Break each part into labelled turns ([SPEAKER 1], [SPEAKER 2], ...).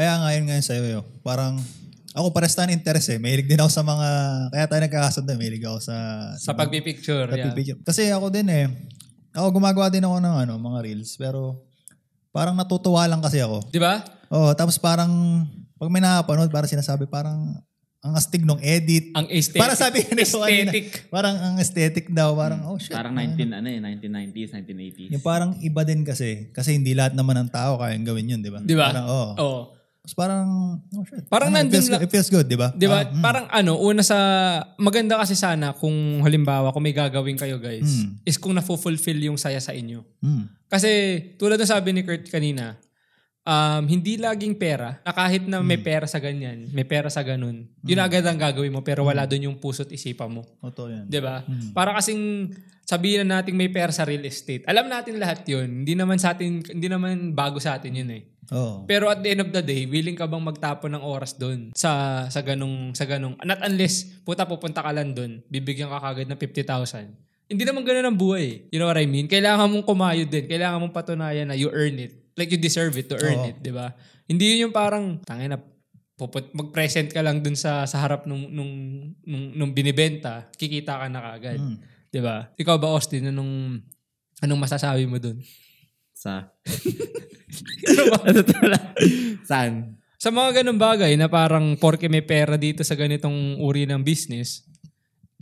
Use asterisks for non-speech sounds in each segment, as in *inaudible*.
[SPEAKER 1] ayon ngayon sa'yo. Yo. Parang, ako pares tayo ng interest eh. Mahilig din ako sa mga, kaya tayo nagkakasunda. Mahilig ako sa,
[SPEAKER 2] Sa pagpipicture.
[SPEAKER 1] Diba? sa
[SPEAKER 2] Yeah.
[SPEAKER 1] video. Kasi ako din eh, ako gumagawa din ako ng ano, mga reels. Pero, parang natutuwa lang kasi ako.
[SPEAKER 2] Di ba?
[SPEAKER 1] Oh, tapos parang, pag may nakapanood, parang sinasabi, parang, ang astig nung edit.
[SPEAKER 2] Ang aesthetic.
[SPEAKER 1] Para sabi ni Juan,
[SPEAKER 2] aesthetic.
[SPEAKER 1] parang ang aesthetic daw, parang, oh shit.
[SPEAKER 3] Parang 19, ano eh, 1990s, 1980s.
[SPEAKER 1] Yung parang iba din kasi. Kasi hindi lahat naman ng tao kayang gawin yun, di ba?
[SPEAKER 2] Di ba?
[SPEAKER 1] Parang, oo.
[SPEAKER 2] Oo.
[SPEAKER 1] Tapos parang, oh shit.
[SPEAKER 2] Parang
[SPEAKER 1] Ah, it
[SPEAKER 2] nandun
[SPEAKER 1] feels,
[SPEAKER 2] lang-
[SPEAKER 1] It feels good, di ba?
[SPEAKER 2] Di ba?
[SPEAKER 1] Ah,
[SPEAKER 2] Parang ano, una sa, maganda kasi sana kung halimbawa, kung may gagawin kayo guys,
[SPEAKER 1] Mm.
[SPEAKER 2] is kung nafulfill yung saya sa inyo.
[SPEAKER 1] mm,
[SPEAKER 2] Kasi tulad ng sabi ni Kurt kanina, um, hindi laging pera. Na kahit na
[SPEAKER 1] Hmm.
[SPEAKER 2] may pera sa ganyan, may pera sa ganun, yun agad ang gagawin mo pero
[SPEAKER 1] Hmm.
[SPEAKER 2] wala doon yung puso't isipan mo.
[SPEAKER 1] Totoo yan.
[SPEAKER 2] 'Di ba?
[SPEAKER 1] Hmm.
[SPEAKER 2] Para kasing sabihin na nating may pera sa real estate. Alam natin lahat yun. Hindi naman sa atin, hindi naman bago sa atin yun eh.
[SPEAKER 1] Oo.
[SPEAKER 2] Pero at the end of the day, willing ka bang magtapon ng oras doon sa sa ganung sa ganung not unless puta pupunta ka lang doon, bibigyan ka kagad ng 50,000. Hindi naman ganoon ang buhay. eh. You know what I mean? Kailangan mong kumayod din. Kailangan mong patunayan na you earn it. Like you deserve it to earn
[SPEAKER 1] Oo.
[SPEAKER 2] it, 'di ba? Hindi 'yun yung parang tangin na puput mag-present ka lang dun sa sa harap nung nung nung, nung binibenta, kikita ka na kagad.
[SPEAKER 1] Mm.
[SPEAKER 2] 'Di ba? Ikaw ba Austin anong anong masasabi mo doon?
[SPEAKER 3] Sa... Ano tala? Saan?
[SPEAKER 2] Sa mga ganun bagay na parang porke may pera dito sa ganitong uri ng business,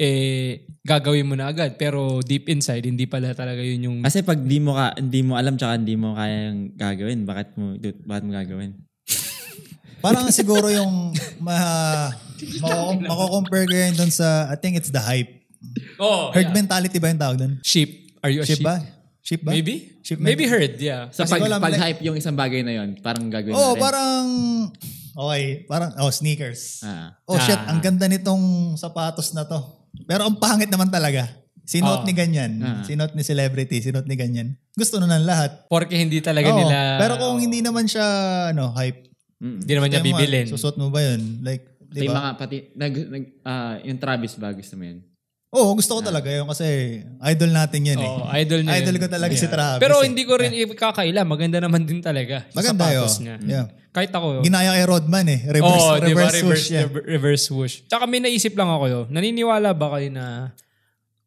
[SPEAKER 2] eh, gagawin mo na agad. Pero deep inside, hindi pala talaga yun yung...
[SPEAKER 3] Kasi pag di mo, ka, di mo alam tsaka di mo kayang gagawin, bakit mo, bakit mo gagawin?
[SPEAKER 1] Parang siguro yung ma, mako, mako-compare ko yun dun sa, I think it's the hype.
[SPEAKER 2] Oh,
[SPEAKER 1] Herd mentality ba yung tawag dun?
[SPEAKER 2] Sheep. Are you a
[SPEAKER 1] Sheep
[SPEAKER 2] sheep?
[SPEAKER 1] ba? Sheep ba?
[SPEAKER 2] Maybe?
[SPEAKER 1] Sheep
[SPEAKER 2] Maybe herd, yeah.
[SPEAKER 3] Sa
[SPEAKER 2] Kasi-
[SPEAKER 3] pag,
[SPEAKER 1] ko alam, like-
[SPEAKER 3] pag-hype yung isang bagay na yon parang gagawin
[SPEAKER 1] Oo, oh,
[SPEAKER 3] natin.
[SPEAKER 1] parang, okay, parang, oh, sneakers.
[SPEAKER 3] Ah.
[SPEAKER 1] Oh shit,
[SPEAKER 2] Ah.
[SPEAKER 1] ang ganda nitong sapatos na to. Pero ang pangit naman talaga. Sinuot
[SPEAKER 2] Oo.
[SPEAKER 1] ni ganyan.
[SPEAKER 3] Ah.
[SPEAKER 1] Sinuot ni celebrity, sinuot ni ganyan. Gusto na ng lahat.
[SPEAKER 2] Porke hindi
[SPEAKER 1] Oo,
[SPEAKER 2] talaga nila...
[SPEAKER 1] Pero kung hindi naman siya ano, hype.
[SPEAKER 3] Mm.
[SPEAKER 2] Hindi naman niya
[SPEAKER 1] kaya mo,
[SPEAKER 2] bibilin.
[SPEAKER 1] Susuot mo ba yun? Like, di
[SPEAKER 3] Yung
[SPEAKER 1] ba?
[SPEAKER 3] mga pati, nag, nag, ah, yung Travis ba gusto mo yun?
[SPEAKER 1] Oo, gusto ko talaga yun kasi idol natin yun eh.
[SPEAKER 2] Oo, idol niya
[SPEAKER 1] Idol
[SPEAKER 2] yun.
[SPEAKER 1] ko talaga si Travis.
[SPEAKER 2] Pero
[SPEAKER 1] eh.
[SPEAKER 2] hindi ko rin ikakaila. Maganda naman din talaga.
[SPEAKER 1] Maganda
[SPEAKER 2] sa
[SPEAKER 1] yun.
[SPEAKER 2] sapatos niya.
[SPEAKER 1] Yeah.
[SPEAKER 2] Kahit ako,
[SPEAKER 1] Ginaya kay Rodman eh. Reverse,
[SPEAKER 2] Oo, di ba?
[SPEAKER 1] reverse, swoosh
[SPEAKER 2] reverse,
[SPEAKER 1] niya.
[SPEAKER 2] rever- reverse swoosh. Tsaka may naisip lang ako yun. Naniniwala ba kayo na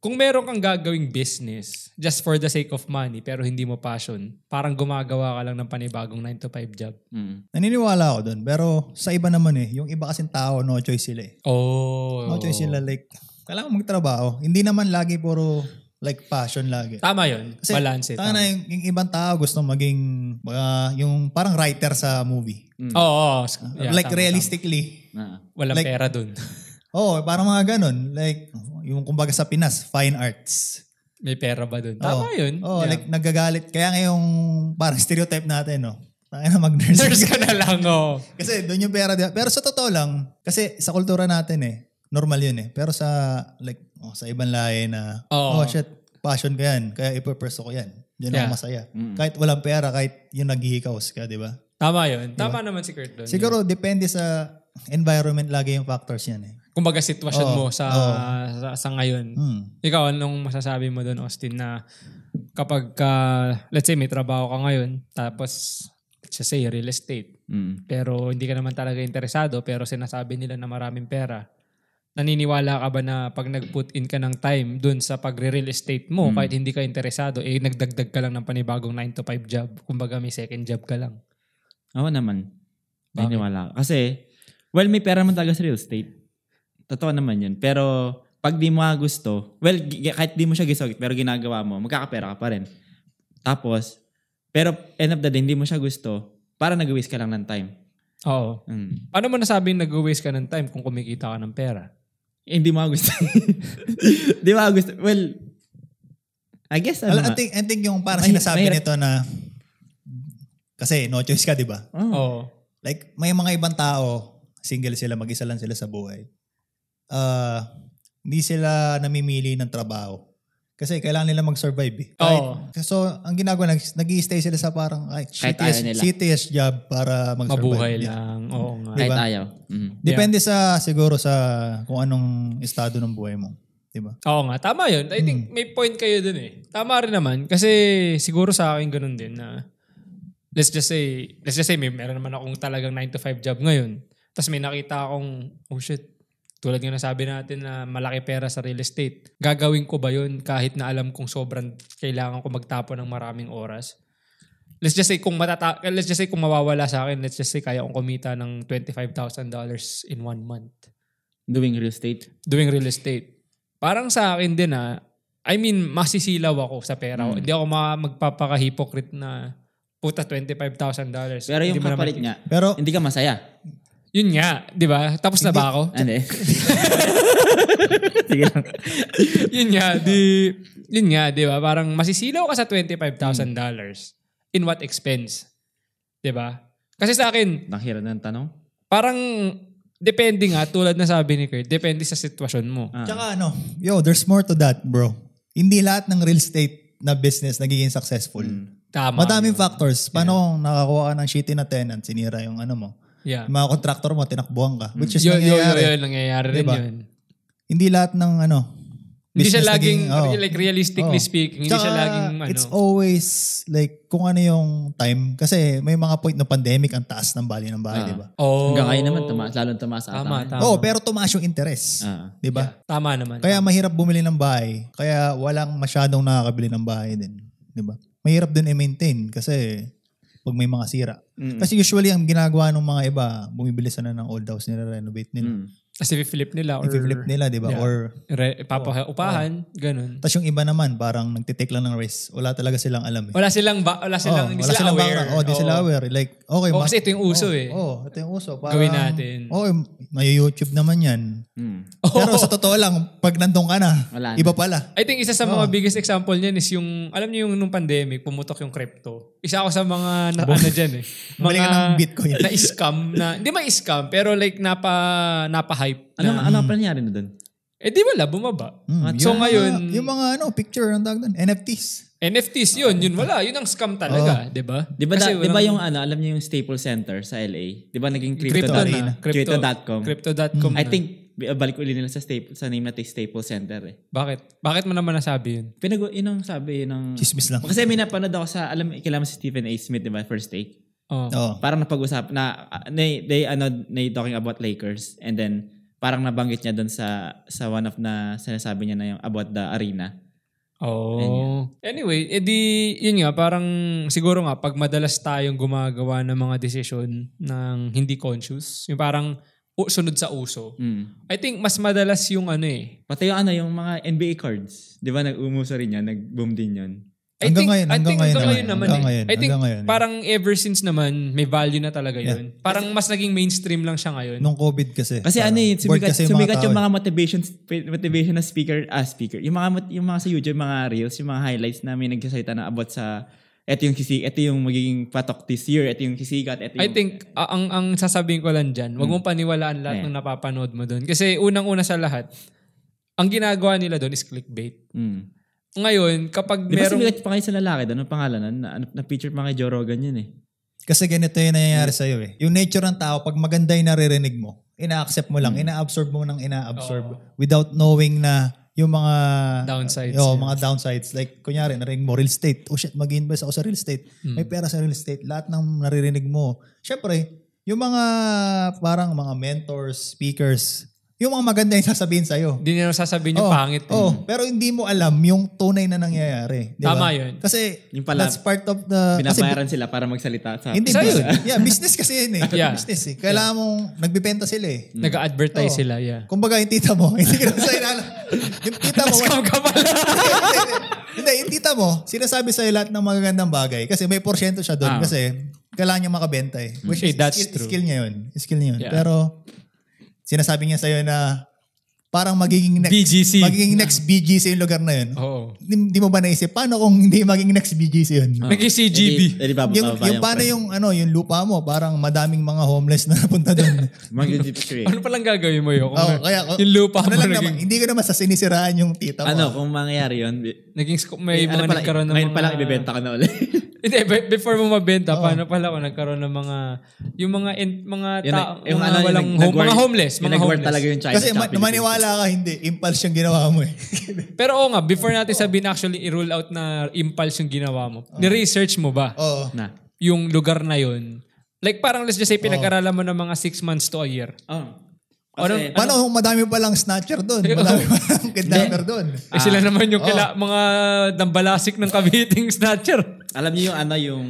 [SPEAKER 2] kung meron kang gagawing business just for the sake of money pero hindi mo passion, parang gumagawa ka lang ng panibagong 9 to 5 job.
[SPEAKER 3] Mm.
[SPEAKER 1] Naniniwala ako dun. Pero sa iba naman eh. Yung iba kasing tao, no choice sila eh.
[SPEAKER 2] Oh.
[SPEAKER 1] No choice sila like, kailangan magtrabaho. Hindi naman lagi puro like passion lagi.
[SPEAKER 2] Tama yun.
[SPEAKER 1] Kasi,
[SPEAKER 2] Balance it.
[SPEAKER 1] Tanga na yung, yung ibang tao gusto maging baka yung parang writer sa movie.
[SPEAKER 2] Oo. oo. Yeah,
[SPEAKER 1] like
[SPEAKER 2] tama,
[SPEAKER 1] realistically.
[SPEAKER 2] tama.
[SPEAKER 3] Ah.
[SPEAKER 2] Walang
[SPEAKER 1] like-
[SPEAKER 2] pera dun. *laughs*
[SPEAKER 1] Oo, oh, parang mga ganun. Like yung kumbaga sa Pinas, fine arts.
[SPEAKER 2] may pera ba dun? Tama yun.
[SPEAKER 1] Oo, Oh,
[SPEAKER 2] Yeah.
[SPEAKER 1] like nagagalit. Kaya ngayong parang stereotype natin, no? Tanga na mag-nurse.
[SPEAKER 2] Nurse ka na lang, oh.
[SPEAKER 1] *laughs* Kasi doon yung pera. di ba? Pero sa totoo lang, kasi sa kultura natin eh, normal yun eh. Pero sa like oh, sa ibang lahi na,
[SPEAKER 2] Oo.
[SPEAKER 1] oh shit, passion ko yan. Kaya ipoperso ko yan. Diyan
[SPEAKER 2] Yeah.
[SPEAKER 1] ako masaya.
[SPEAKER 3] Mm.
[SPEAKER 1] Kahit walang pera, kahit yung naghihikaos ka, di ba?
[SPEAKER 2] Tama yun. Tama naman si Kurt dun.
[SPEAKER 1] Diba? Siguro depende sa environment lagi yung factors yan eh.
[SPEAKER 2] Kumbaga sitwasyon
[SPEAKER 1] Oo,
[SPEAKER 2] mo sa,
[SPEAKER 1] oo.
[SPEAKER 2] sa, sa ngayon.
[SPEAKER 1] Hmm.
[SPEAKER 2] Ikaw, anong masasabi mo doon, Austin, na kapag, ka, let's say, may trabaho ka ngayon, tapos, let's just say, real estate,
[SPEAKER 3] Mm.
[SPEAKER 2] pero hindi ka naman talaga interesado, pero sinasabi nila na maraming pera, naniniwala ka ba na pag nag-put in ka ng time doon sa pagre-real estate mo, kahit hindi ka interesado, eh, nagdagdag ka lang ng panibagong 9 to 5 job. Kumbaga, may second job ka lang.
[SPEAKER 3] Ako naman.
[SPEAKER 2] Bakit?
[SPEAKER 3] Naniniwala ako. Kasi, well, may pera naman talaga sa real estate. Totoo naman yun. Pero, pag di mo nga gusto, well, gi- kahit di mo siya gisogit, pero ginagawa mo, magkakapera ka pa rin. Tapos, pero end of the day, hindi mo siya gusto, para nag-waste ka lang ng time.
[SPEAKER 2] Oo.
[SPEAKER 3] Mm.
[SPEAKER 2] Ano mo nasabing nag-waste ka ng time kung kumikita ka ng pera?
[SPEAKER 3] Eh, Hindi mo nga gusto. *laughs* Hindi mo nga gusto. Well, I guess, ano
[SPEAKER 1] Alam, I
[SPEAKER 3] nga.
[SPEAKER 1] think, I think yung parang
[SPEAKER 3] Mahi-
[SPEAKER 1] sinasabi
[SPEAKER 3] mahirap.
[SPEAKER 1] nito na kasi no choice ka, di ba?
[SPEAKER 3] Oh.
[SPEAKER 2] Oo.
[SPEAKER 1] Like, may mga ibang tao, single sila, mag-isa lang sila sa buhay. Ah, hindi sila namimili ng trabaho. Kasi kailangan nila mag-survive eh.
[SPEAKER 2] Oo.
[SPEAKER 1] So, ang ginagawa lang, nag stay sila sa parang ay,
[SPEAKER 3] Kahit
[SPEAKER 1] shittiest,
[SPEAKER 3] ayaw nila.
[SPEAKER 1] shittiest job para mag-survive.
[SPEAKER 2] Mabuhay
[SPEAKER 1] Yeah.
[SPEAKER 2] lang. Oo nga.
[SPEAKER 3] Kahit
[SPEAKER 1] diba?
[SPEAKER 3] ayaw. Mm.
[SPEAKER 1] Depende sa, siguro sa kung anong estado ng buhay mo. Di ba?
[SPEAKER 2] Oo nga, tama yun. I think may point kayo dun eh. Tama rin naman. Kasi siguro sa akin ganun din na let's just say, let's just say, may meron naman akong talagang 9 to 5 job ngayon. Tapos may nakita akong, oh shit, tulad nga nasabi natin na malaki pera sa real estate. Gagawin ko ba yun kahit na alam kong sobrang kailangan ko magtapon ng maraming oras? Let's just say kung matata eh, let's just say kung mawawala sa akin, let's just say kaya kong kumita ng $25,000 in one month
[SPEAKER 3] Doing real estate.
[SPEAKER 2] doing real estate. Parang sa akin din ah, I mean, masisilaw ako sa pera.
[SPEAKER 3] Hmm.
[SPEAKER 2] ko. Hindi ako ma- magpapaka-hypocrite na puta $25,000.
[SPEAKER 3] Pero yung
[SPEAKER 2] Hindi mo naman-
[SPEAKER 3] kapalit nga,
[SPEAKER 1] Pero
[SPEAKER 3] hindi ka masaya.
[SPEAKER 2] Yun nga, di ba? Tapos na ba ako?
[SPEAKER 3] *laughs*
[SPEAKER 2] *laughs*
[SPEAKER 3] Ano eh? Sige lang.
[SPEAKER 2] yun nga, di, yun nga, di ba? Parang masisilaw ka sa $25,000.
[SPEAKER 3] Hmm.
[SPEAKER 2] In what expense? Di ba? Kasi sa akin,
[SPEAKER 3] Nakira na ang tanong.
[SPEAKER 2] parang depende nga, tulad na sabi ni Kurt, depende sa sitwasyon mo.
[SPEAKER 3] Ah.
[SPEAKER 1] Tsaka ano, yo, there's more to that, bro. Hindi lahat ng real estate na business nagiging successful.
[SPEAKER 3] Hmm.
[SPEAKER 2] Tama.
[SPEAKER 1] Madaming factors. Paano kung nakakuha ka ng shitty na tenant, sinira yung ano mo.
[SPEAKER 2] Yeah.
[SPEAKER 1] Yung mga contractor mo, tinakbuhan ka. Which is
[SPEAKER 2] Yun, yun, yun,
[SPEAKER 1] nangyayari.
[SPEAKER 2] yun, nangyayari rin
[SPEAKER 1] Diba?
[SPEAKER 2] yun.
[SPEAKER 1] Hindi lahat ng ano,
[SPEAKER 2] Hindi
[SPEAKER 1] business
[SPEAKER 2] siya laging,
[SPEAKER 1] nagiging- oo.
[SPEAKER 2] like realistically
[SPEAKER 1] Oo.
[SPEAKER 2] speaking, hindi
[SPEAKER 1] Tsaka,
[SPEAKER 2] siya laging ano.
[SPEAKER 1] It's always like kung ano yung time. Kasi may mga point na pandemic ang taas ng bali ng bahay,
[SPEAKER 3] Ah.
[SPEAKER 1] di ba?
[SPEAKER 2] oh,
[SPEAKER 3] Hanggang ngayon naman, tuma, lalong tumaas ata.
[SPEAKER 2] Tama, tama.
[SPEAKER 1] Oo, Oh, pero tumaas yung interest.
[SPEAKER 3] Ah.
[SPEAKER 1] Di ba?
[SPEAKER 2] Tama naman.
[SPEAKER 1] Kaya mahirap bumili ng bahay. Kaya walang masyadong nakakabili ng bahay din. Di ba? Mahirap din i-maintain kasi pag may mga sira.
[SPEAKER 3] Mm.
[SPEAKER 1] Kasi usually ang ginagawa ng mga iba, bumibili sana ng old house nila, renovate nila.
[SPEAKER 3] Mm.
[SPEAKER 2] Kasi flip nila or
[SPEAKER 1] I-flip nila, di ba?
[SPEAKER 2] Yeah.
[SPEAKER 1] Or
[SPEAKER 2] re, papah-
[SPEAKER 1] Oh.
[SPEAKER 2] upahan, ganun.
[SPEAKER 1] tas yung iba naman, parang nagtitake lang ng risk. Wala talaga silang alam eh.
[SPEAKER 2] Wala silang, ba, wala silang,
[SPEAKER 1] Oo,
[SPEAKER 2] hindi sila
[SPEAKER 1] Oh, silang
[SPEAKER 2] aware.
[SPEAKER 1] background. Oo, di sila
[SPEAKER 2] Oo.
[SPEAKER 1] aware. Oh. Like, okay.
[SPEAKER 2] Oo,
[SPEAKER 1] ma-
[SPEAKER 2] kasi ito yung uso
[SPEAKER 1] oo,
[SPEAKER 2] eh.
[SPEAKER 1] Oo, ito yung uso. Parang,
[SPEAKER 2] Gawin natin.
[SPEAKER 1] Oo, may YouTube naman
[SPEAKER 2] *laughs*
[SPEAKER 1] yan.
[SPEAKER 3] Mm.
[SPEAKER 2] Oo.
[SPEAKER 1] Pero sa totoo lang, pag nandun ka na,
[SPEAKER 3] Wala na.
[SPEAKER 1] iba pala.
[SPEAKER 2] I think isa sa
[SPEAKER 1] Oh.
[SPEAKER 2] mga biggest example niyan is yung, alam niyo yung nung pandemic, pumutok yung crypto. Isa ako sa mga, na, ano dyan eh.
[SPEAKER 1] *laughs* Bumili ka ng Bitcoin.
[SPEAKER 2] Na-scam na, hindi ma-scam, pero like napa, napa-hype.
[SPEAKER 3] Ano,
[SPEAKER 2] Na,
[SPEAKER 3] ano ang nangyari na doon?
[SPEAKER 2] eh di wala, bumaba.
[SPEAKER 1] Mm,
[SPEAKER 2] At
[SPEAKER 1] yung
[SPEAKER 2] so
[SPEAKER 1] mga-
[SPEAKER 2] ngayon,
[SPEAKER 1] yung mga ano, picture, ang tawag doon, NFTs.
[SPEAKER 2] NFTs yun, yun wala. Yun ang scam talaga, di ba?
[SPEAKER 3] Di ba,
[SPEAKER 2] Kasi
[SPEAKER 3] da- di ba
[SPEAKER 2] walang-
[SPEAKER 3] yung ano, alam niyo yung Staples Center sa LA? Di ba naging crypto,
[SPEAKER 2] crypto,
[SPEAKER 3] dot-
[SPEAKER 2] na. Crypto, Mm.
[SPEAKER 3] Crypto.com.
[SPEAKER 2] Crypto.com
[SPEAKER 3] I
[SPEAKER 2] na.
[SPEAKER 3] think, b- balik uli nila sa, staple, sa name natin Staples Center eh.
[SPEAKER 2] Bakit? Bakit mo naman nasabi yun?
[SPEAKER 3] Pinag- yun ang sabi, yun ang...
[SPEAKER 1] Chismis lang.
[SPEAKER 3] Kasi may napanood ako sa, alam, kilala mo si Stephen A. Smith, di ba, first take?
[SPEAKER 2] Oh.
[SPEAKER 1] Oo.
[SPEAKER 3] Parang napag-usap, na, they, they, ano, they talking about Lakers, and then, parang nabanggit niya doon sa, sa one of na, sinasabi niya na yung about the arena.
[SPEAKER 2] Oh. Anyway, edi yun nga parang siguro nga pag madalas tayong gumagawa ng mga desisyon ng hindi conscious, yung parang u- sunod sa uso.
[SPEAKER 3] Mm.
[SPEAKER 2] I think mas madalas yung ano eh.
[SPEAKER 3] Pati yung ano, yung mga NBA cards. Di ba, nag-umuso rin yan, nag-boom din yun.
[SPEAKER 2] I
[SPEAKER 1] Hanggang
[SPEAKER 2] think,
[SPEAKER 1] ngayon,
[SPEAKER 2] I think
[SPEAKER 1] hanggang ngayon naman.
[SPEAKER 2] naman.
[SPEAKER 1] Hanggang
[SPEAKER 2] eh.
[SPEAKER 1] ngayon,
[SPEAKER 2] I think
[SPEAKER 1] hanggang ngayon.
[SPEAKER 2] parang ever since naman, may value na talaga
[SPEAKER 1] Yeah.
[SPEAKER 2] yun. Parang mas naging mainstream lang siya ngayon.
[SPEAKER 1] Nung COVID kasi.
[SPEAKER 3] Kasi
[SPEAKER 1] parang
[SPEAKER 3] ano yun,
[SPEAKER 1] bored
[SPEAKER 3] sumikat,
[SPEAKER 1] kasi
[SPEAKER 3] yung sumikat
[SPEAKER 1] tao
[SPEAKER 3] yung
[SPEAKER 1] eh.
[SPEAKER 3] mga motivation, motivation na speaker, ah, speaker. Yung mga, mot- yung mga sa YouTube, mga reels, yung mga highlights na may nagsasalita na about sa, eto yung kisig, eto yung magiging patok this year, eto yung kisigat, eto yung...
[SPEAKER 2] I think a- ang ang sasabihin ko lang diyan, wag mong paniwalaan lahat
[SPEAKER 3] Hmm.
[SPEAKER 2] ng
[SPEAKER 3] Yeah.
[SPEAKER 2] napapanood mo doon kasi unang-una sa lahat, ang ginagawa nila doon is clickbait.
[SPEAKER 3] Mm.
[SPEAKER 2] Ngayon, kapag
[SPEAKER 3] Di ba
[SPEAKER 2] merong
[SPEAKER 3] sumikat pa kayo sa lalaki doon? Anong pangalan? nun? Na, na, na-feature pa kay Joe Rogan yun eh.
[SPEAKER 1] Kasi ganito yung nangyayari sa'yo eh. Yung nature ng tao, pag maganda yung naririnig mo, ina-accept mo
[SPEAKER 3] Mm.
[SPEAKER 1] lang, ina-absorb mo ng ina-absorb without knowing na yung mga
[SPEAKER 2] Downsides,
[SPEAKER 1] Oh,
[SPEAKER 2] yeah.
[SPEAKER 1] mga downsides. Like, kunyari, narinig mo real estate. Oh shit, mag-invest ako sa real estate.
[SPEAKER 3] Mm.
[SPEAKER 1] May pera sa real estate. Lahat ng naririnig mo. Siyempre, yung mga parang mga mentors, speakers, yung mga maganda yung sasabihin sa'yo.
[SPEAKER 2] hindi nila sasabihin yung
[SPEAKER 1] Oh,
[SPEAKER 2] pangit. eh.
[SPEAKER 1] Oh, pero hindi mo alam yung tunay na nangyayari. di ba?
[SPEAKER 2] Tama yun.
[SPEAKER 1] Kasi
[SPEAKER 3] Yung pala-
[SPEAKER 1] that's part of the... Ah, kasi
[SPEAKER 3] Binabayaran sila para magsalita sa...
[SPEAKER 1] hindi
[SPEAKER 2] Isa
[SPEAKER 1] bus-
[SPEAKER 2] yun.
[SPEAKER 1] yeah, business kasi yun eh.
[SPEAKER 2] *laughs* Yeah.
[SPEAKER 1] Business eh. Kailangan mong nagbebenta sila eh.
[SPEAKER 2] Nag-advertise
[SPEAKER 1] Oo.
[SPEAKER 2] Hmm. sila, yeah.
[SPEAKER 1] Kumbaga yung tita mo, *laughs* hindi ka na sa inala. Yung tita
[SPEAKER 2] *laughs*
[SPEAKER 1] mo,
[SPEAKER 2] Scam
[SPEAKER 1] *laughs*
[SPEAKER 2] ka pala.
[SPEAKER 3] *laughs*
[SPEAKER 1] hindi, yung tita mo, sinasabi sa'yo lahat ng magagandang bagay kasi may porsyento siya doon
[SPEAKER 3] Ah.
[SPEAKER 1] kasi kailangan niya makabenta eh. Which is
[SPEAKER 2] Eh, that's
[SPEAKER 1] skill,
[SPEAKER 2] true.
[SPEAKER 1] skill niya yun. Skill niya yun.
[SPEAKER 2] Yeah.
[SPEAKER 1] Pero sinasabi niya sa'yo na parang magiging next,
[SPEAKER 2] BGC.
[SPEAKER 1] magiging next BGC yung lugar na yun.
[SPEAKER 2] Oo.
[SPEAKER 1] Hindi mo ba naisip, paano kung hindi magiging next BGC yun?
[SPEAKER 3] Ah,
[SPEAKER 2] Nag-CGB.
[SPEAKER 3] Hindi ba
[SPEAKER 1] yung, yung paano yung ano yung lupa mo parang madaming mga homeless na napunta
[SPEAKER 3] *laughs*
[SPEAKER 1] doon.
[SPEAKER 2] Ano palang gagawin mo yun? Kung
[SPEAKER 1] Oo, kaya
[SPEAKER 2] yung lupa
[SPEAKER 1] ano
[SPEAKER 2] mo
[SPEAKER 1] lang naman,
[SPEAKER 2] naging,
[SPEAKER 1] hindi ko naman sasinisiraan yung tita mo.
[SPEAKER 3] Ano, kung mangyayari yun, bi-
[SPEAKER 2] naging sc- may
[SPEAKER 3] ano
[SPEAKER 2] mga
[SPEAKER 3] pala,
[SPEAKER 2] nagkaroon ng
[SPEAKER 3] ngayon
[SPEAKER 2] mga...
[SPEAKER 3] pala ibibenta ka na ulit. *laughs*
[SPEAKER 2] Hindi, be- before mo mabenta, paano pala kung nagkaroon ng mga... Yung mga en- mga
[SPEAKER 3] Yun,
[SPEAKER 2] tao, mga
[SPEAKER 3] yung ano, yung
[SPEAKER 2] walang
[SPEAKER 3] nag-
[SPEAKER 2] home,
[SPEAKER 3] nag-work-
[SPEAKER 2] mga homeless,
[SPEAKER 3] yung
[SPEAKER 2] mga
[SPEAKER 3] nag-work
[SPEAKER 2] homeless.
[SPEAKER 3] talaga yung China.
[SPEAKER 1] Kasi ma-
[SPEAKER 3] Shopee.
[SPEAKER 1] maniwala ka hindi, impulse yung ginawa mo eh. *laughs*
[SPEAKER 2] Pero oo nga, before natin sabihin actually i-rule out na impulse yung ginawa mo, ni-research mo ba?
[SPEAKER 1] Oo.
[SPEAKER 3] Na.
[SPEAKER 2] yung lugar na yun. Like parang let's just say pinag-aralan mo ng mga six months to a year.
[SPEAKER 3] Oh.
[SPEAKER 2] Ano-
[SPEAKER 3] Kasi,
[SPEAKER 1] Paano kung madami palang snatcher
[SPEAKER 3] *laughs*
[SPEAKER 1] doon? Madami palang kidnapper doon?
[SPEAKER 2] Eh sila naman yung kila, mga dambalasik ng Cavite snatcher. *laughs*
[SPEAKER 3] alam niyo yung ano yung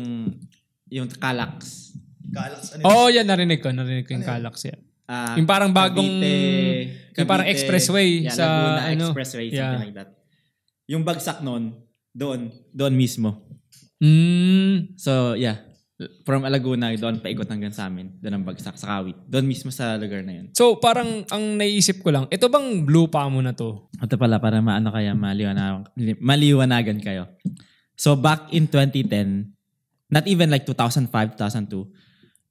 [SPEAKER 3] yung Kalax.
[SPEAKER 1] Kalax, ano yun?
[SPEAKER 2] Oo, oh, yan narinig ko. Narinig ko yung Calax yan.
[SPEAKER 3] Ah,
[SPEAKER 2] Yung parang bagong-
[SPEAKER 3] Cavite-
[SPEAKER 2] yung parang
[SPEAKER 3] Cavite,
[SPEAKER 2] expressway
[SPEAKER 3] yeah,
[SPEAKER 2] sa
[SPEAKER 3] Laguna
[SPEAKER 2] ano,
[SPEAKER 3] expressway something
[SPEAKER 2] yeah.
[SPEAKER 3] like that. Yung bagsak noon, doon, doon mismo.
[SPEAKER 2] Mm.
[SPEAKER 3] So, yeah. From Laguna, doon paikot hanggang sa amin. Doon ang bagsak sa Kawit. Doon mismo sa lugar na yun.
[SPEAKER 2] So parang ang naisip ko lang, ito bang blue pa mo na to?
[SPEAKER 3] Ito pala, para maano kaya maliwanag, maliwanagan kayo. So, back in 2010, not even like 2005, 2002,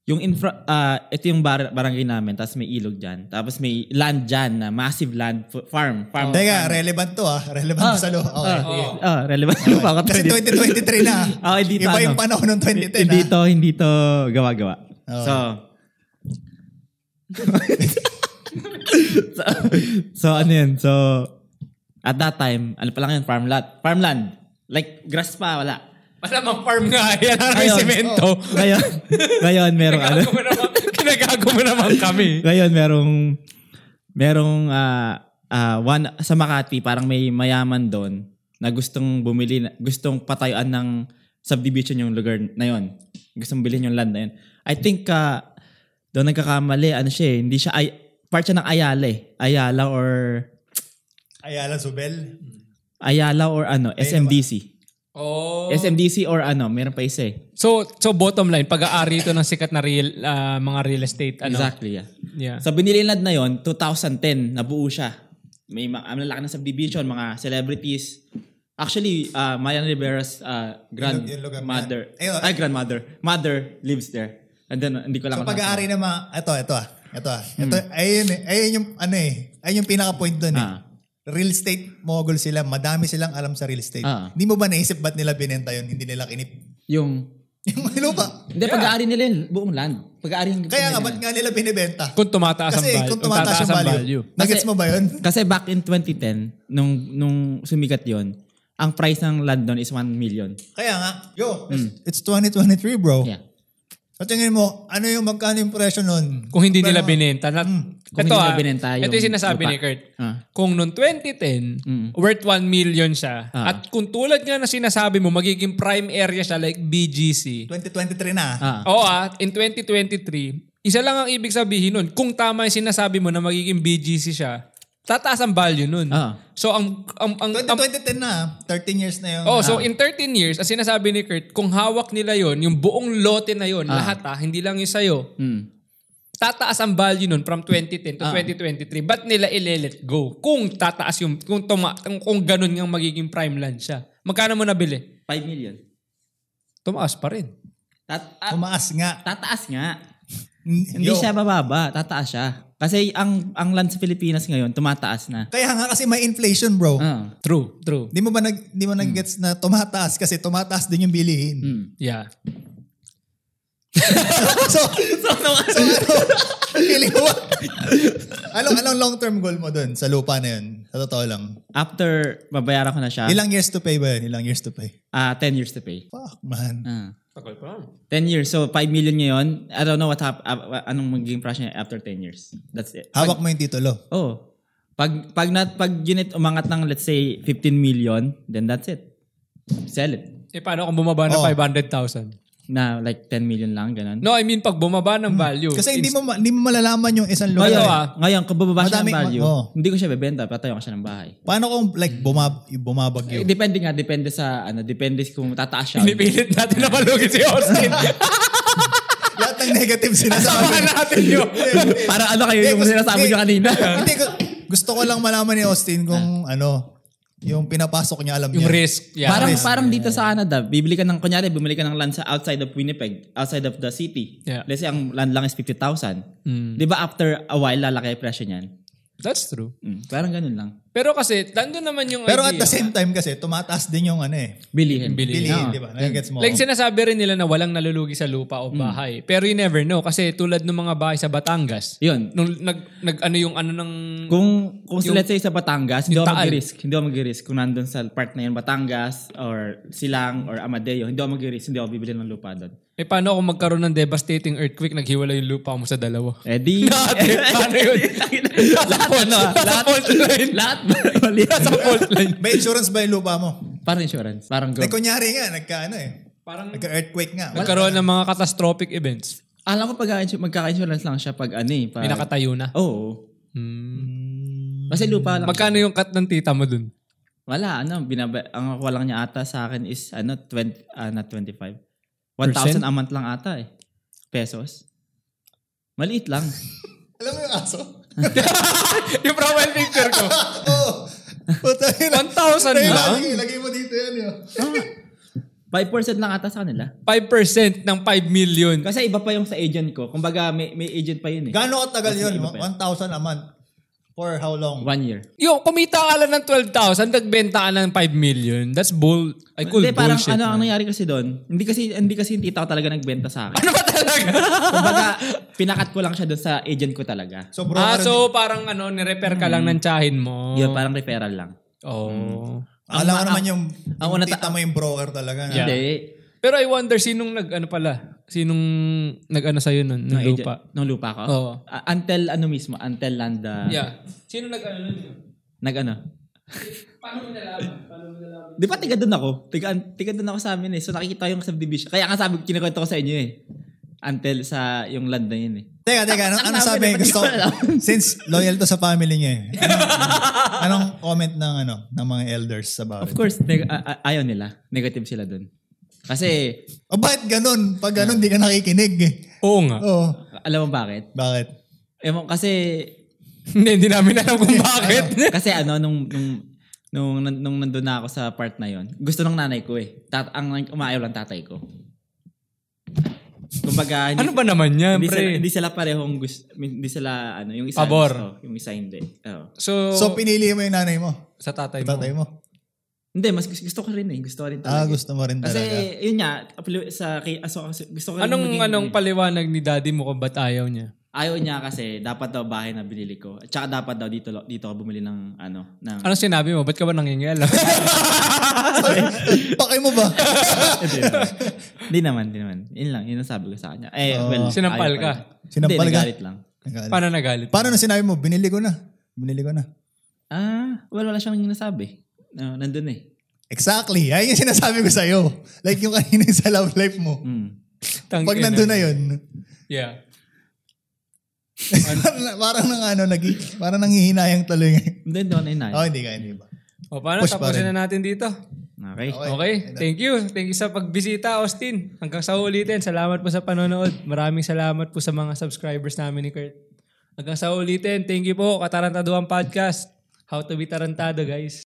[SPEAKER 3] yung infra, ah, ito yung bar- barangay namin, tapos may ilog dyan. Tapos may land dyan na massive land f- farm. farm
[SPEAKER 1] Teka, relevant to ah. Relevant to sa lo. Okay.
[SPEAKER 2] *laughs* Oo.
[SPEAKER 3] Ah, relevant yung pa *laughs* ako.
[SPEAKER 1] Kasi 2023
[SPEAKER 3] *laughs*
[SPEAKER 1] na.
[SPEAKER 3] Ah, hindi to,
[SPEAKER 1] Iba yung
[SPEAKER 3] ano.
[SPEAKER 1] panahon ng 2010
[SPEAKER 3] Hindi
[SPEAKER 1] ah.
[SPEAKER 3] to, Oh. hindi to gawa-gawa.
[SPEAKER 1] Oo.
[SPEAKER 3] So, so, *laughs* so, ano yun? So, at that time, ano pa lang yun? Farm lot. Farmland. Like, grass pa, wala.
[SPEAKER 2] Malamang *laughs* farm nga. Yan ang may
[SPEAKER 3] Ayun.
[SPEAKER 2] semento.
[SPEAKER 3] Ngayon, ngayon merong ano?
[SPEAKER 2] Kinagago mo naman, *laughs* kinagago mo naman *laughs* kami.
[SPEAKER 3] Ngayon merong, merong, ah, ah, one, sa Makati, parang may mayaman doon na gustong bumili, na- gustong patayuan ng subdivision yung lugar na yon. Gustong bilhin yung land na yon. I think, ah, doon nagkakamali, ano siya eh, hindi siya, ay, part siya ng Ayala eh. Ayala or,
[SPEAKER 1] Ayala Subel.
[SPEAKER 3] Ayala or ano, SMDC.
[SPEAKER 2] Oh.
[SPEAKER 3] SMDC or ano, meron pa isa eh.
[SPEAKER 2] So, so bottom line, pag-aari ito ng sikat na real, ah, mga real estate. Ano?
[SPEAKER 3] Exactly, yeah.
[SPEAKER 2] Yeah.
[SPEAKER 3] So binili land na yon 2010 nabuo siya. May ma- ang lalaki ng subdivision, mga celebrities. Actually, uh, Mayan Rivera's uh,
[SPEAKER 1] Yung- yung lugar na
[SPEAKER 3] grandmother,
[SPEAKER 1] yan. Ayun.
[SPEAKER 3] ay grandmother, mother lives there. And then, hindi ko
[SPEAKER 1] So
[SPEAKER 3] lang ako
[SPEAKER 1] pag-aari ng mga, ito, ito ah. Ito ah. Ito, ayun, eh. ayun yung, ano eh. Ayun yung pinaka-point doon eh.
[SPEAKER 3] Ah.
[SPEAKER 1] Real estate mogul sila. Madami silang alam sa real estate.
[SPEAKER 3] Ah.
[SPEAKER 1] Hindi mo ba naisip ba't nila binenta yun? Hindi nila kinip. *laughs*
[SPEAKER 3] Yung,
[SPEAKER 1] Yung lupa.
[SPEAKER 3] hindi, pag-aari nila yun, buong land. Pag-aari nila.
[SPEAKER 1] Kaya nga,
[SPEAKER 3] nila.
[SPEAKER 1] ba't nga nila binibenta?
[SPEAKER 2] Kung tumataas ang
[SPEAKER 1] Kasi
[SPEAKER 2] value.
[SPEAKER 1] kung tumataas yung
[SPEAKER 2] ang
[SPEAKER 1] value. Nagets
[SPEAKER 3] Kasi-
[SPEAKER 1] mo ba yun? *laughs*
[SPEAKER 3] Kasi back in 2010, nung, nung sumikat yon ang price ng land doon is 1 million.
[SPEAKER 1] Kaya nga, yo, it's, it's 2023 bro.
[SPEAKER 3] Yeah.
[SPEAKER 1] At tingin mo, ano yung magkano yung presyo nun?
[SPEAKER 2] Kung hindi nila
[SPEAKER 1] Pero- mm,
[SPEAKER 2] binenta. Na,
[SPEAKER 3] Kung
[SPEAKER 2] ito,
[SPEAKER 3] hindi nila
[SPEAKER 2] ah,
[SPEAKER 3] binenta yung
[SPEAKER 2] ito yung sinasabi
[SPEAKER 3] lupa.
[SPEAKER 2] ni Kurt.
[SPEAKER 3] Ah.
[SPEAKER 2] Kung noong 2010,
[SPEAKER 3] Mm.
[SPEAKER 2] worth 1 million siya.
[SPEAKER 3] Ah.
[SPEAKER 2] At kung tulad nga na sinasabi mo, magiging prime area siya like BGC.
[SPEAKER 1] 2023 na.
[SPEAKER 3] Ah.
[SPEAKER 2] Oo ah, in 2023, isa lang ang ibig sabihin nun. Kung tama yung sinasabi mo na magiging BGC siya, tataas ang value nun.
[SPEAKER 3] Ah.
[SPEAKER 2] So, ang, ang, ang, ang
[SPEAKER 1] 2010 na, 13 years na yun.
[SPEAKER 2] Oh, so in 13 years, as sinasabi ni Kurt, kung hawak nila yon, yung buong lote na yon, lahat ah, hindi lang yung sayo,
[SPEAKER 3] Mm.
[SPEAKER 2] tataas ang value nun from 2010
[SPEAKER 1] Ah.
[SPEAKER 2] to 2023. Ba't nila ile-let go? Kung tataas yung, kung, tuma, kung, kung ganun yung magiging prime land siya. Magkano mo nabili?
[SPEAKER 3] 5 million.
[SPEAKER 2] Tumaas pa rin.
[SPEAKER 3] Tat- ah,
[SPEAKER 1] Tumaas nga.
[SPEAKER 3] tataas nga.
[SPEAKER 1] Hindi
[SPEAKER 3] Hindi siya bababa, tataas siya. Kasi ang ang land sa Pilipinas ngayon tumataas na.
[SPEAKER 1] Kaya nga kasi may inflation bro.
[SPEAKER 3] Ah.
[SPEAKER 2] True, true.
[SPEAKER 1] Di mo ba nag, di mo nag-gets na tumataas kasi tumataas din yung bilihin.
[SPEAKER 3] Mm.
[SPEAKER 2] Yeah.
[SPEAKER 1] so, so, ano, feeling mo ba? anong, anong long-term goal mo dun sa lupa na yun? Sa totoo lang.
[SPEAKER 3] After mabayaran ko na siya,
[SPEAKER 1] Ilang years to pay ba yun? Ilang years to pay?
[SPEAKER 3] ah 10 years to pay.
[SPEAKER 1] Fuck man.
[SPEAKER 3] Ah.
[SPEAKER 2] Tagal pa.
[SPEAKER 3] 10 years, so 5 million ngayon. I don't know what hap- ah, anong magiging price niya after 10 years. That's it.
[SPEAKER 1] Hawak mo yung titulo.
[SPEAKER 3] Oh. Pag pag nat pag unit umangat ng let's say 15 million, then that's it. Sell it.
[SPEAKER 2] Eh, paano kung bumaba ng
[SPEAKER 1] Oh.
[SPEAKER 2] 500,000?
[SPEAKER 3] Na like 10 million lang ganun.
[SPEAKER 2] No, I mean, pag bumaba ng value.
[SPEAKER 1] Hmm. Kasi hindi mo ma- hindi mo malalaman yung isang lugar.
[SPEAKER 2] Ito,
[SPEAKER 3] Ngayon,
[SPEAKER 1] eh.
[SPEAKER 2] ah.
[SPEAKER 3] ngayon kung bababa siya ng
[SPEAKER 1] Madami-
[SPEAKER 3] value,
[SPEAKER 1] oo.
[SPEAKER 3] hindi ko siya bebenta, patayo ko siya ng bahay.
[SPEAKER 1] Paano kung like bumab
[SPEAKER 3] Eh,
[SPEAKER 1] bumabagyo?
[SPEAKER 3] depende nga, depende sa ano, depende kung tataas siya. o hindi.
[SPEAKER 2] Pinipilit natin na malugin si
[SPEAKER 1] *laughs*
[SPEAKER 2] Austin.
[SPEAKER 1] Lahat ng negative sinasabi.
[SPEAKER 2] Samahan natin yun.
[SPEAKER 3] *laughs* Para ano kayo yung
[SPEAKER 1] Hindi, gusto-
[SPEAKER 3] sinasabi nyo kanina.
[SPEAKER 1] Hindi, ko- gusto ko lang malaman ni Austin kung ano, yung pinapasok niya alam niya.
[SPEAKER 2] Yung risk. Yeah.
[SPEAKER 3] parang parang dito sa Canada, bibili ka ng, kunyari, bumili ka ng land sa outside of Winnipeg, outside of the city.
[SPEAKER 2] Yeah.
[SPEAKER 3] Let's say, ang land lang is 50,000.
[SPEAKER 2] Mm.
[SPEAKER 3] Di ba after a while, lalaki yung presyo niyan?
[SPEAKER 2] That's true.
[SPEAKER 3] Mm, Parang ganun lang.
[SPEAKER 2] Pero kasi, nandun naman yung
[SPEAKER 1] Pero at
[SPEAKER 2] idea.
[SPEAKER 1] the same time kasi, tumataas din yung ano eh,
[SPEAKER 3] Bilihin.
[SPEAKER 2] Bili.
[SPEAKER 1] bilihin, di ba? Nagigets mo.
[SPEAKER 2] Like sinasabi rin nila na walang nalulugi sa lupa o bahay. Pero you never know kasi tulad ng mga bahay sa Batangas,
[SPEAKER 3] Yun.
[SPEAKER 2] nung nag, nag ano yung ano ng
[SPEAKER 3] Kung, kung
[SPEAKER 2] Yung-
[SPEAKER 3] let's say sa Batangas, hindi
[SPEAKER 2] yung
[SPEAKER 3] ako
[SPEAKER 2] taal.
[SPEAKER 3] mag-risk. Hindi ako mag-risk. Kung nandun sa part na yun, Batangas, or Silang, or Amadeo, hindi ako mag-risk. Hindi ako bibili ng lupa doon.
[SPEAKER 2] Eh, paano kung magkaroon ng devastating earthquake, naghiwalay yung lupa mo sa *laughs* dalawa?
[SPEAKER 3] Eh di,
[SPEAKER 2] Ate, paano *laughs* yun? Nasa fault, *laughs*
[SPEAKER 3] ano, ah,
[SPEAKER 2] nasa
[SPEAKER 3] lahat-
[SPEAKER 2] fault line.
[SPEAKER 3] *laughs* lahat mali.
[SPEAKER 2] Nasa fault line.
[SPEAKER 1] May insurance ba yung lupa mo?
[SPEAKER 3] Parang insurance. Parang go.
[SPEAKER 1] Eh, kunyari nga, nagka ano eh.
[SPEAKER 2] Parang
[SPEAKER 1] Nagka-earthquake nga. Wala.
[SPEAKER 2] nagkaroon ng mga catastrophic events.
[SPEAKER 3] Alam ko pag magkaka-insurance lang siya pag ano eh. Pag,
[SPEAKER 2] May nakatayo na.
[SPEAKER 3] Oo.
[SPEAKER 2] Hmm.
[SPEAKER 3] Kasi lupa lang.
[SPEAKER 2] Magkano yung cut ng tita mo dun?
[SPEAKER 3] wala, ano, binaba, ang nakuha lang niya ata sa akin is, ano, 20, ah, not 25. 1,000 a month lang ata eh. Pesos. Maliit lang.
[SPEAKER 1] Alam mo yung aso?
[SPEAKER 2] *laughs*
[SPEAKER 1] *laughs*
[SPEAKER 2] yung profile picture ko.
[SPEAKER 1] Oo. Puta yun.
[SPEAKER 2] 1,000
[SPEAKER 1] Tayo,
[SPEAKER 2] lang?
[SPEAKER 1] lagi- Lagay mo dito yan yun.
[SPEAKER 3] 5% lang ata sa kanila.
[SPEAKER 2] 5% ng 5 million.
[SPEAKER 3] Kasi iba pa yung sa agent ko. Kumbaga, may, may agent pa yun eh.
[SPEAKER 1] Gano'ng katagal yun?
[SPEAKER 3] iba pa yun.
[SPEAKER 1] 1,000 a month. For how long?
[SPEAKER 3] One year.
[SPEAKER 2] Yung kumita ka lang ng 12,000, nagbenta ka ng 5 million. That's bull. I call
[SPEAKER 3] Hindi, parang
[SPEAKER 2] bullshit.
[SPEAKER 3] ano, ang
[SPEAKER 2] man.
[SPEAKER 3] nangyari kasi doon, hindi kasi, hindi kasi yung tita ko talaga nagbenta sa akin.
[SPEAKER 2] Ano ba talaga?
[SPEAKER 3] *laughs* Kumbaga, pinakat ko lang siya doon sa agent ko talaga.
[SPEAKER 1] So bro,
[SPEAKER 2] ah,
[SPEAKER 1] parang-
[SPEAKER 2] so parang ano, nirepair ka lang ng tsahin mo.
[SPEAKER 3] Yun, parang referral lang.
[SPEAKER 2] Oh.
[SPEAKER 1] alam ko naman yung,
[SPEAKER 3] Ah, ang
[SPEAKER 1] yung
[SPEAKER 3] una ta-
[SPEAKER 1] tita mo yung broker talaga. Na.
[SPEAKER 2] Yeah.
[SPEAKER 3] Hindi.
[SPEAKER 2] Pero I wonder, sinong nag, ano pala? Sinong nag, ano sa'yo nun? Ng
[SPEAKER 3] Agent-
[SPEAKER 2] lupa?
[SPEAKER 3] Nung lupa ko?
[SPEAKER 2] Oo.
[SPEAKER 3] Ah, until ano mismo, until land, ah,
[SPEAKER 2] Yeah. Sino nag, ano nun?
[SPEAKER 3] nag ano,
[SPEAKER 2] Paano mo nalaman? Paano mo nalaman?
[SPEAKER 3] Di ba tiga doon ako? Tiga, tiga doon ako sa amin eh. So nakikita ko yung subdivision. Kaya nga sabi, kinakwento ko sa inyo eh. Until sa yung land na yun eh.
[SPEAKER 1] Teka, teka. Ano,
[SPEAKER 3] *laughs* Ang
[SPEAKER 1] ano
[SPEAKER 3] dami,
[SPEAKER 1] sabi?
[SPEAKER 3] dapat di
[SPEAKER 1] Gusto,
[SPEAKER 3] ko alam.
[SPEAKER 1] *laughs* since loyal to sa family
[SPEAKER 3] *laughs*
[SPEAKER 1] niya eh. Anong, anong comment ng ano ng mga elders sa
[SPEAKER 3] Of
[SPEAKER 1] bahay?
[SPEAKER 3] course, neg- a- a- ayaw nila. Negative sila doon. Kasi,
[SPEAKER 1] Oh, bakit ganun? Pag ganun, di ka nakikinig eh.
[SPEAKER 2] Oo nga.
[SPEAKER 1] Oo.
[SPEAKER 3] alam mo bakit?
[SPEAKER 1] Bakit?
[SPEAKER 3] Ewan, kasi,
[SPEAKER 2] Hindi, hindi namin alam kung bakit.
[SPEAKER 3] kasi ano, nung, nung, nung, nung, nandun na ako sa part na yon gusto ng nanay ko eh. Tat, ang umaayaw lang tatay ko. Kumbaga,
[SPEAKER 2] *laughs*
[SPEAKER 3] hindi,
[SPEAKER 2] ano ba naman yan,
[SPEAKER 3] hindi, sila,
[SPEAKER 2] pre?
[SPEAKER 3] hindi sila parehong gusto, hindi sila, ano, yung isa
[SPEAKER 2] Pabor.
[SPEAKER 3] gusto, yung isa hindi. Oo.
[SPEAKER 2] So,
[SPEAKER 1] So, pinili mo yung nanay mo?
[SPEAKER 2] sa tatay mo.
[SPEAKER 1] Tatay mo?
[SPEAKER 3] Hindi, mas gusto, gusto ko rin eh. Gusto ko rin
[SPEAKER 1] Ah,
[SPEAKER 3] talaga.
[SPEAKER 1] gusto mo rin
[SPEAKER 3] Kasi
[SPEAKER 1] talaga.
[SPEAKER 3] yun nga, apelu- sa kay aso gusto ko rin
[SPEAKER 2] Anong
[SPEAKER 3] maging-
[SPEAKER 2] anong paliwanag ni daddy mo kung ba't ayaw niya?
[SPEAKER 3] ayaw niya kasi dapat daw bahay na binili ko. At saka dapat daw dito lo- dito ako bumili ng ano ng
[SPEAKER 2] Anong sinabi mo? Ba't ka ba nangingialam? *laughs*
[SPEAKER 1] Pakay mo ba?
[SPEAKER 2] Ah,
[SPEAKER 3] Hindi naman. *laughs* Hindi naman, hindi naman. Yun lang, yun ang sabi ko sa kanya. Eh,
[SPEAKER 1] Oh.
[SPEAKER 3] well,
[SPEAKER 2] Sinampal
[SPEAKER 3] ayaw
[SPEAKER 2] ka?
[SPEAKER 3] pa rin.
[SPEAKER 1] Sinampal
[SPEAKER 3] hindi,
[SPEAKER 1] ka?
[SPEAKER 3] nagalit lang.
[SPEAKER 1] Nagalit.
[SPEAKER 2] Paano nagalit?
[SPEAKER 1] Paano na sinabi mo? Binili ko na. Binili ko na.
[SPEAKER 3] Ah, well, wala siyang nasabi. No, nandun eh.
[SPEAKER 1] Exactly. Yan yung sinasabi ko sa'yo. Like yung kanina sa love life mo.
[SPEAKER 3] Mm.
[SPEAKER 2] Tang-
[SPEAKER 1] Pag
[SPEAKER 2] ina.
[SPEAKER 1] nandun na yun,
[SPEAKER 2] Yeah.
[SPEAKER 1] parang, *laughs* parang nang ano, nag, parang nangihinayang tuloy. *laughs*
[SPEAKER 3] Hindi, hindi ako nainayos.
[SPEAKER 1] oh, hindi ka, hindi ba?
[SPEAKER 2] O paano?
[SPEAKER 1] Push pa
[SPEAKER 2] Tapusin na natin dito.
[SPEAKER 3] Okay.
[SPEAKER 1] Okay.
[SPEAKER 2] Okay. Thank you. Thank you sa pagbisita, Austin. Hanggang sa ulitin. Salamat po sa panonood. Maraming salamat po sa mga subscribers namin ni Kurt. Hanggang sa ulitin. Thank you po. Katarantaduhan Podcast. How to be tarantado, guys.